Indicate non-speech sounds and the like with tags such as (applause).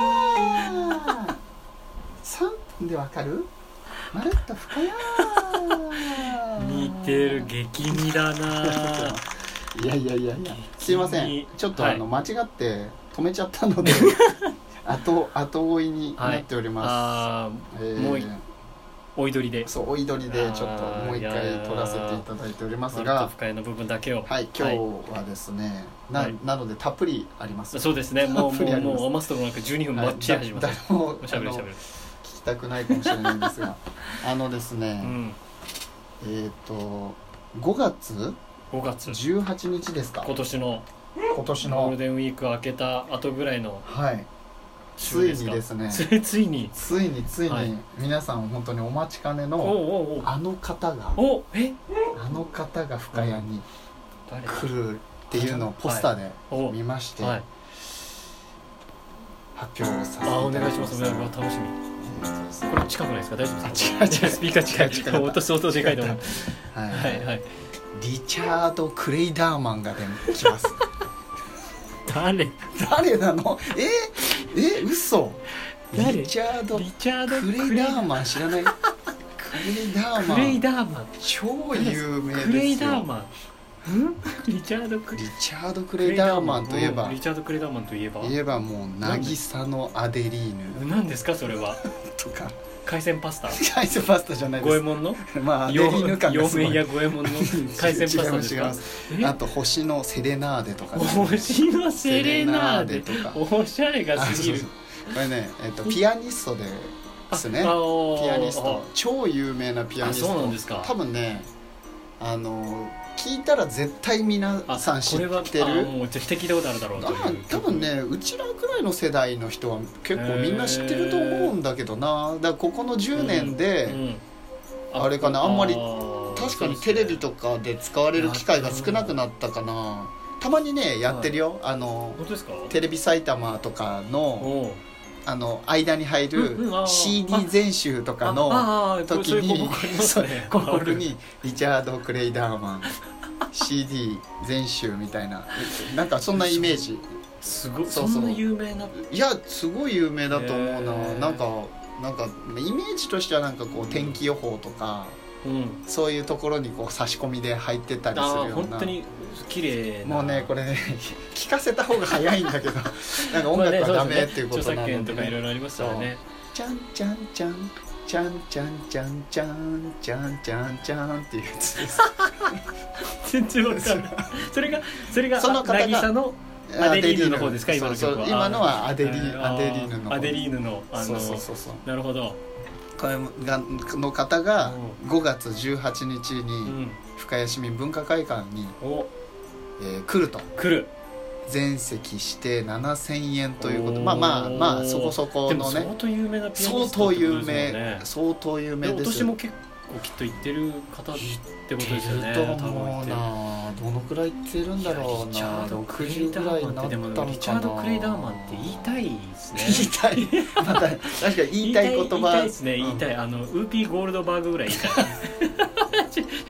あ3分でわかるまるっと深や似てる激似だないやいやいやいやすいませんちょっとあの、間違って止めちゃったの (laughs) で後後追いになっております、あえあーもういおいどりでそうおいどりでちょっともう一あー回いやー撮らせていただいておりまマすルトがフカイの部分だけをはい今日はですね、はないなのでたっぷりありますそうですねもうたっぷりもありまうすもう余すところなく12分ばっちり始まはるいだ誰もおしゃべりあしのゃべる聞きたくないかもしれないんです (laughs) があのですうね、んえっ、と5月5月18日ですか今年の今年ゴールのデンウィーク明けた後ぐらいのはい週ついですにかですねついついについについはにい皆さん本当にお待ちかねおのおうあの方がおうおえあの方が深谷に誰来るっていうのをポスターでおう見ましてはい発表させていただきますあお願いしますお願いします楽しみえーとですねこれ近くないですか大丈夫です違うか違うスピーカー近い近い音相当でかいと思う (laughs) はいはいはいリチャード・クレイダーマンが出てきます (laughs) 誰誰なのええ嘘誰リチャード・リチャード・クレイダーマン知らないクレイダーマクレインダーマン超有名ですよクレイダーマン (laughs) んリチャード・クリチャード・クレイダーマンといえばリチャード・クレイダーマンといえば言えばもう渚のアデリーヌ何ですかそれ (laughs) はとか海 (laughs) 鮮パスタ海鮮パスタじゃない五右衛で門のすまあアデリ洋ーヌ感がすご麺いや五右衛門の (laughs) 海鮮パスタです違いかます違いますあと星のセレナーデとかね星のセレナーデセレナーデおしゃれがあすそぎうるそうこれね、えっと、ピアニストですねああおーピアニスト超有名なピアニストあそうなんですか多分ねあの聞いたら絶対皆あさん知っこれはてあるもう絶対聞いたことあるだろう多分多分ねうちらくらいの世代の人は結構みんな知ってると思うんだけどなだからここの10年で、うんあれかなあんまりー確かにテレビとかで使われる機会が少なくなったかなたまにねやってるよ、あの本当ですかテレビ埼玉とかのおうあの間に入るうんうんあー CD 全集とかのああ時そういう広に告ありまそすうね広告に (laughs) リチャード・クレイダーマン CD 全集みたいななんかそんなイメージすごいそそうそうんな有名ないやすごい有名だと思うな、へーなんかなんかイメージとしてはなんかこう天気予報とか、うんそういうところにこう差し込みで入ってたりすあるあよう本な当に綺麗なもうねこれね (laughs) 聞かせた方が早いんだ (laughs) けどなんか音楽はダメっていうことなまあねのそうですね著作権とかいろでいろありますからねちゃんちゃんちゃんちゃんちゃんちゃんちゃんちゃんちゃんちゃんっていうやつです全然わかんないそれがそれがその方が渚のアデリーヌの方ですか今の曲はそうそう今のはアデリえーーアデリーヌの方アデリーヌのあそうそうのそうそうなるほどこれがの方がう5月18日うにん深谷市民文化会館に、おえー来ると来る全席して7000円ということおーまあまあまあそこそこでもの相ね当有名なピアニ相スト当ってこと有ですもんね名相当有名でおです年も結構きっと行ってる方ってことですよねと多分行思っうてるなどのくらい行ってるんだろうリチャなード・クレイ60ダぐらいーマにンなっってたでのもかなリチャード・クレイダーマンって言いたいですね言いたい (laughs) また確かに (laughs) 言いたい言葉言いたいですね言いたうんい、あのウーピーゴールドバーグぐらい言いたい